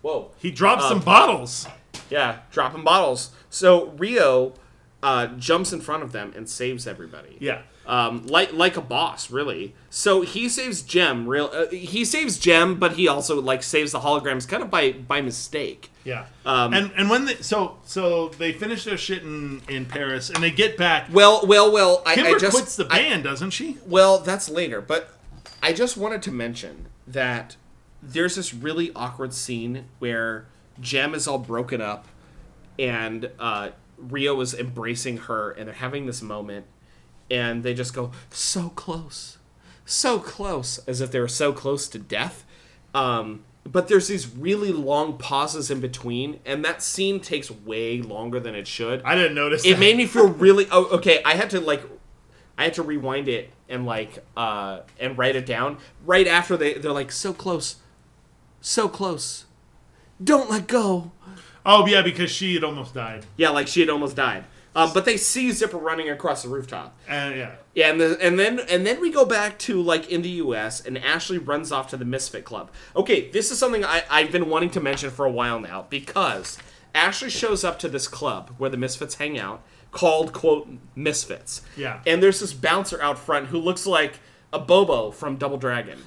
whoa,
He drops
Um,
some bottles.
yeah, dropping bottles. So Rio uh, jumps in front of them and saves everybody.
Yeah.
um, like like a boss, really. So he saves Gem, real. Uh, he saves Gem, but he also like saves the holograms, kind of by by mistake.
Yeah.
Um,
and and when they so so they finish their shit in, in Paris and they get back.
Well, well, well. I,
Kimber
I just
quits the
I-
band, doesn't she?
well, that's later, but I just wanted to mention that there's this really awkward scene where Gem is all broken up, and uh, Rio is embracing her, and they're having this moment, and they just go so close, so close, as if they were so close to death. Um, but there's these really long pauses in between, and that scene takes way longer than it should
I didn't notice.
it
that.
made me feel really oh, okay i had to like i had to rewind it and like uh and write it down right after they they're like so close so close don't let go
Oh yeah, because she had almost died.
yeah like she had almost died um, but they see zipper running across the rooftop
And Uh, yeah.
yeah, and, the, and then and then we go back to like in the U.S. and Ashley runs off to the Misfit Club. Okay, this is something I, I've been wanting to mention for a while now because Ashley shows up to this club where the Misfits hang out called quote Misfits.
Yeah.
and there's this bouncer out front who looks like a Bobo from Double Dragon.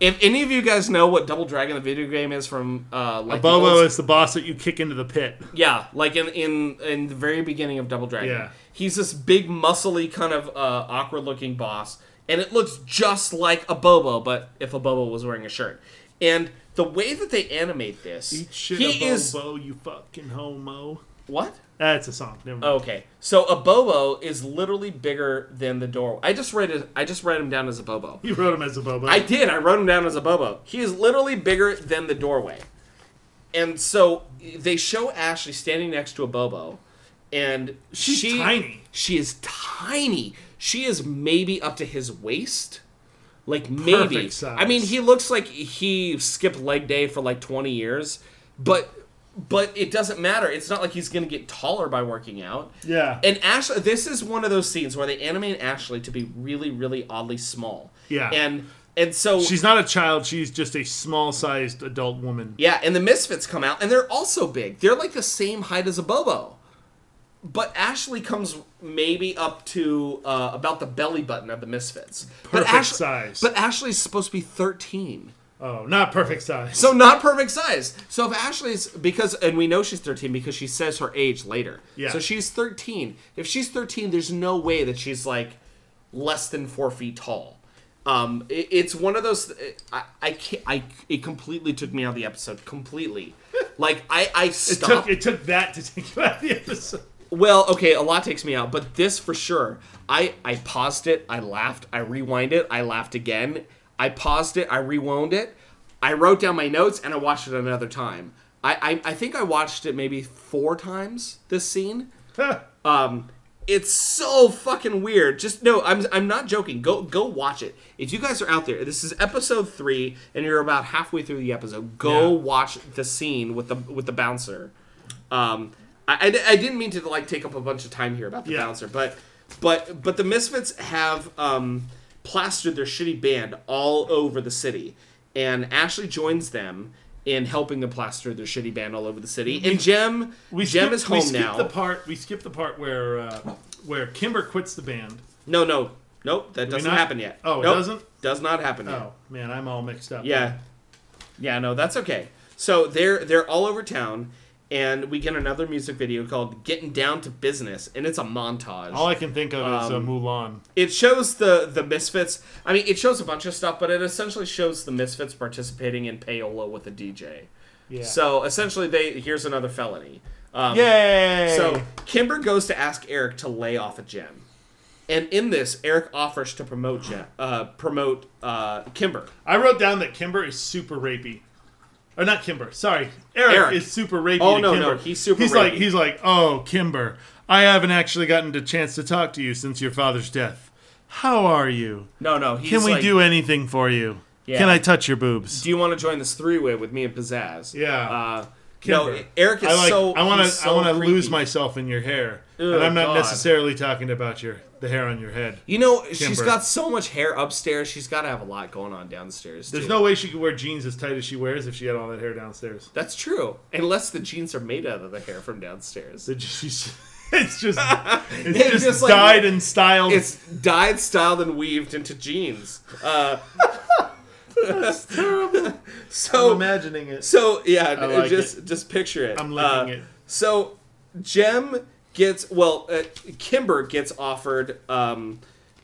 if any of you guys know what Double Dragon, the video game, is from uh, like the old
Bobo is the boss that you kick into the pit.
yeah, like in in in the very beginning of Double Dragon,
Yeah.
he's this big, muscly, kind of uh, awkward-looking boss, and it looks just like a Bobo, but if a Bobo was wearing a shirt. And the way that they animate this,
Eat shit
he
a Bobo,
is
you fucking homo.
what?
That's a song. Never mind.
Okay, so a Bobo is literally bigger than the door. I just read it. I just read him down as a Bobo.
You wrote him as a Bobo.
Oh. I did. I wrote him down as a Bobo. He is literally bigger than the doorway. And so they show Ashley standing next to a Bobo, and
She's
she,
tiny.
She is tiny. She is maybe up to his waist. Like maybe.
Perfect size.
I mean, he looks like he skipped leg day for like 20 years, but but it doesn't matter. It's not like he's going to get taller by working out.
Yeah.
And Ashley, this is one of those scenes where they animate Ashley to be really, really oddly small.
Yeah.
And and so
She's not a child. She's just a small-sized adult woman.
yeah, and the Misfits come out, and they're also big. They're like the same height as a Bobo. But Ashley comes maybe up to uh, about the belly button of the Misfits. but
Perfect
Ash-
size.
But Ashley's supposed to be 13.
Oh, not perfect size.
So not perfect size. So if Ashley's because and we know she's 13 because she says her age later.
Yeah.
So she's 13. If she's 13, there's no way that she's like less than four feet tall. Um, it, it's one of those. I I can't. I it completely took me out of the episode completely. like I I
it
stopped.
took it took that to take you out of the episode.
Well, okay, a lot takes me out, but this for sure. I I paused it, I laughed, I rewind it, I laughed again. I paused it, I rewound it. I wrote down my notes and I watched it another time. I I, I think I watched it maybe four times this scene. Um, it's so fucking weird. Just no, I'm I'm not joking. Go go watch it. If you guys are out there, this is episode three, and you're about halfway through the episode. Go
Yeah.
watch the scene with the with the bouncer. Um, I, I di- I didn't mean to like take up a bunch of time here about the
Yeah.
bouncer, but but but the Misfits have um plastered their shitty band all over the city, and Ashley joins them. In helping to plaster their shitty band all over the city, and Jem, Jem
skip-
is home
we skip
now.
The part we skipped the part where uh, where Kimber quits the band.
No, no, nope. That doesn't
not-
happen yet.
Oh, it
Nope,
doesn't?
Does not happen yet.
Oh man, I'm all mixed up.
Yeah, yeah. No, that's okay. So they're they're all over town, and we get another music video called "Getting Down to Business," and it's a montage.
All I can think of is uh,
Um,
Mulan.
it shows the the misfits. I mean, it shows a bunch of stuff, but it essentially shows the misfits participating in payola with a DJ.
Yeah.
So essentially, they here's another felony. Um,
Yay!
So Kimber goes to ask Eric to lay off a gem, and in this, Eric offers to promote Gem, uh, promote uh, Kimber.
I wrote down that Kimber is super rapey. or not Kimber. Sorry, Eric,
Eric.
is super rapey.
Oh,
to
no,
Kimber.
no, he's super
He's like
rapey.
he's like, oh Kimber, I haven't actually gotten a chance to talk to you since your father's death. How are you?
No, no. He's
Can we
like,
do anything for you?
Yeah.
Can I touch your boobs?
Do you want to join this three way with me and Pizzazz?
Yeah.
Uh,
Kimber.
No, Eric is
I like.
so.
I want to.
he's so
I want to
creepy.
lose myself in your hair,
Ugh,
and I'm not
God.
necessarily talking about your the hair on your head.
You know, she's
Kimber.
got so much hair upstairs. She's got to have a lot going on downstairs.
There's
too.
no way she could wear jeans as tight as she wears if she had all that hair downstairs.
That's true. Unless the jeans are made out of the hair from downstairs.
It's just, it's just, it's
It's
just,
just like-
dyed and styled.
It's dyed, styled, and weaved into jeans. Uh,
That's terrible. I'm
so
imagining it.
So yeah, d-
like
just just picture it. Uh,
I'm licking it.
So Jem gets well, uh, Kimber gets offered um,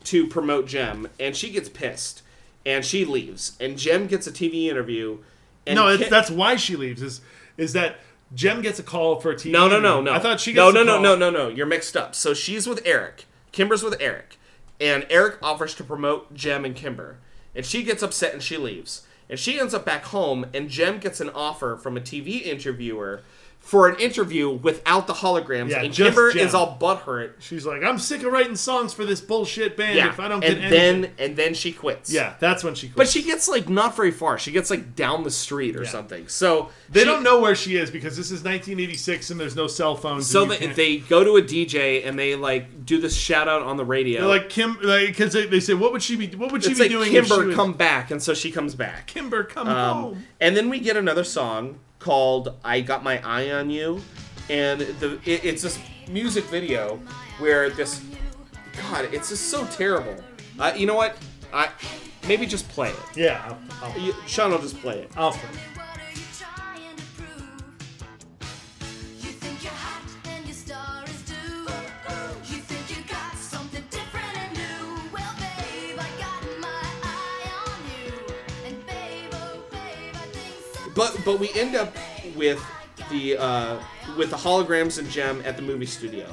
to promote Jem, and she gets pissed, and she leaves, and Jem gets a TV interview. And
no, it's,
Ki-
that's why she leaves. Is is that Jem gets a call for a TV?
no, no, no, no.
Mm-hmm. I thought she gets
no,
a
no, no,
call.
no, no, no. You're mixed up. So she's with Eric. Kimber's with Eric, and Eric offers to promote Jem and Kimber, and she gets upset and she leaves, and she ends up back home, and Jem gets an offer from a TV interviewer for an interview without the holograms,
Yeah,
and
just
Kimber
Jem.
is all butthurt.
She's like, I'm sick of writing songs for this bullshit band.
Yeah,
If I don't
and
get anything.
then and then she quits.
yeah, that's when she. Quits.
But she gets like not very far. She gets like down the street or something. So
They
she-
don't know where she is because this is 1986 and there's no cell phones.
So
and you
they,
can't-
they go to a DJ and they like do this shout out on the radio.
they're like Kim, because they, they say, what would she be? What would she
it's
be Oh.
like
doing? if she
Kimber
was-
come back, and so she comes back.
Kimber, come
Um,
home.
and then we get another song called "I Got My Eye on You," and the it, it's this music video where this God, it's just so terrible. Uh, you know what? I maybe just play it.
Yeah, I'll, I'll,
You, Sean will just play it. Um,
I'll play.
What are you trying to prove? You think you're hot and your star is due. You think you got something different and new. Well, babe, I got my eye on you. And babe, oh babe, I think so.
But but we end up with the uh, with the holograms and Gem at the movie studio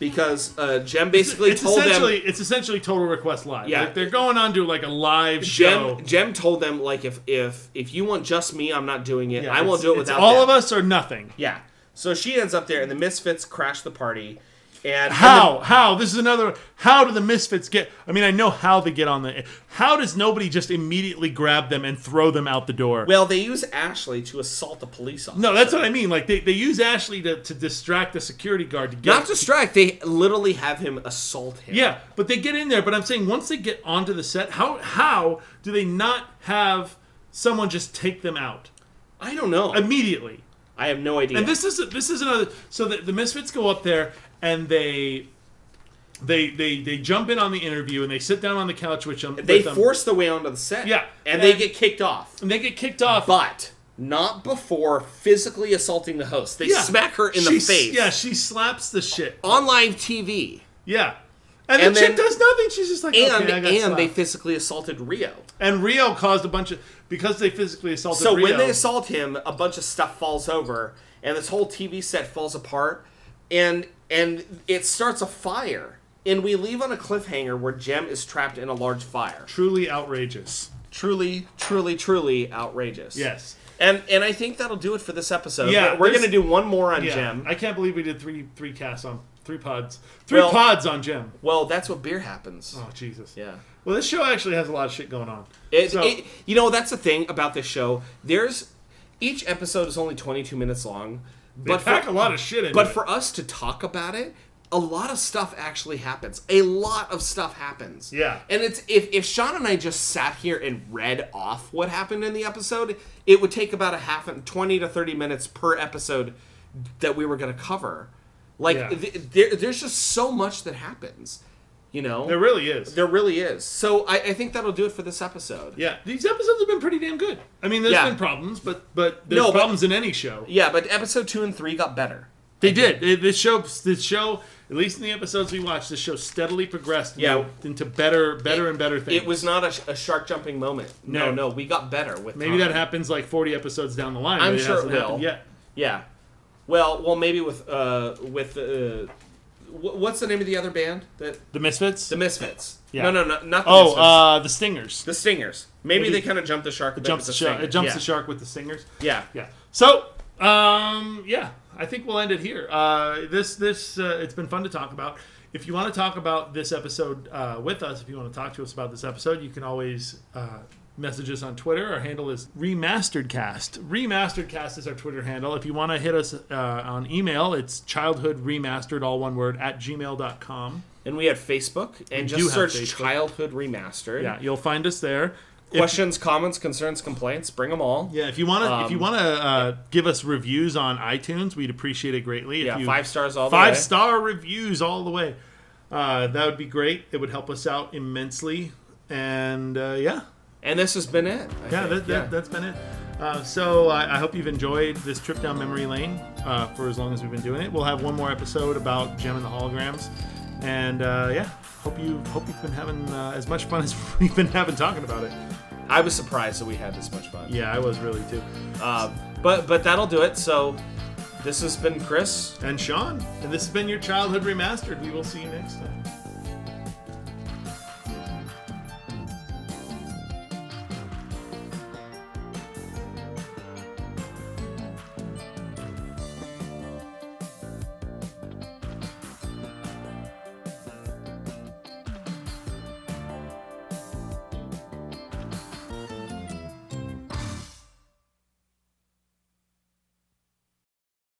because uh, Gem basically
It's
told them
essentially it's essentially Total Request Live.
Yeah.
Yeah, they're going on to like a live show.
Jem, Jem told them like if if if you want just me, I'm not doing it.
Yeah,
I won't
it's-
do it
it's
without
all
them.
of us or nothing.
Yeah. So she ends up there, and the Misfits crash the party. And
How? How? This is another. How do the misfits get? I mean, I know how they get on the. How does nobody just immediately grab them and throw them out the door?
well, they use Ashley to assault a police officer.
no, that's what I mean. Like they, they use Ashley to, to distract the security guard to get
Not distract. They literally have him assault him.
Yeah, but they get in there. But I'm saying once they get onto the set, how how do they not have someone just take them out
I don't know.
immediately?
I have no idea.
And this is this is another. So the, the misfits go up there and they. They, they they jump in on the interview and they sit down on the couch with them.
they
with them,
force their way onto the set.
Yeah.
And, they
And-
get kicked off,
and they get kicked off.
but not before physically assaulting the host. They
Yeah.
smack her in
She
the
s-
face.
Yeah, she slaps the shit.
On live TV.
Yeah, and,
And
the
then-
chick does nothing. She's just like,
And
okay, I got
and they
slapped."
physically assaulted Rio.
and Rio caused a bunch of because they physically assaulted.
So
Rio,
when they assault him, a bunch of stuff falls over, and this whole TV set falls apart, and and it starts a fire, and we leave on a cliffhanger where Jem is trapped in a large fire.
truly outrageous.
Truly, truly, truly outrageous.
Yes.
And and I think that'll do it for this episode.
Yeah,
we're, we're
there's-
gonna do one more on
Yeah,
Jem.
I can't believe we did three three casts on three pods, three
Well-
pods on Jim.
well, that's what beer happens.
Oh Jesus.
Yeah.
Well, this show actually has a lot of shit going on.
It,
So-
it, you know, that's the thing about this show. There's each episode is only 22 minutes long, but for-
pack a lot of shit in.
But for us to talk about it, a lot of stuff actually happens. A lot of stuff happens.
Yeah.
And it's if if Sean and I just sat here and read off what happened in the episode, it would take about a half and 20 to 30 minutes per episode that we were going to cover. Like
Yeah.
th- there, there's just so much that happens, you know.
there really is.
There really is. So I, I think that'll do it for this episode.
yeah, these episodes have been pretty damn good. I mean, there's
Yeah.
been problems, but but there's
No, but-
problems in any show.
Yeah, but episode two and three got better.
They did. It- This show, this show, at least in the episodes we watched, this show steadily progressed.
Yeah.
into, into better, better and better things.
It was not a, sh- a shark jumping moment. No,
No.
no, we got better with
maybe
time.
that happens like 40 episodes down the line.
I'm
but
sure it
hasn't
will.
happened yet.
Yeah. Well, well, maybe with uh, with uh, wh- what's the name of the other band? The
The Misfits.
the Misfits.
Yeah.
No, no, no, not the
oh,
Misfits.
uh, the Stingers.
the Stingers. Maybe
Maybe-
they kind of jumped the shark. A
It
bit
jumps the
with
shark.
Stingers.
It jumps
yeah.
the shark with the Stingers.
Yeah.
Yeah. So, um, yeah, I think we'll end it here. Uh, this this uh, it's been fun to talk about. If you want to talk about this episode uh, with us, if you want to talk to us about this episode, you can always uh, message us on Twitter. Our handle is remasteredcast. Remasteredcast is our Twitter handle. If you want to hit us uh, on email, it's childhood remastered, all one word, at gmail.com.
And we have Facebook, and
do
just
have
search
Facebook.
Childhood Remastered.
Yeah, you'll find us there. If-
Questions, comments, concerns, complaints, bring them all.
yeah, if you want to, if you
Um,
want to uh, give us reviews on iTunes, we'd appreciate it greatly. If
Yeah,
you,
five stars all the
five
way.
star reviews all the way. Uh, that would be great. It would help us out immensely. And uh, yeah,
And this has been it. I
yeah,
think.
that, that,
yeah.
that's been it. Uh, so I, I hope you've enjoyed this trip down memory lane uh, for as long as we've been doing it. We'll have one more episode about Gem and the holograms, and uh, yeah, hope you hope you've been having uh, as much fun as we've been having talking about it.
I was surprised that we had this much fun.
Yeah, I was really too.
Uh, but but that'll do it. So this has been Chris.
And Sean, and this has been your childhood remastered. We will see you next time.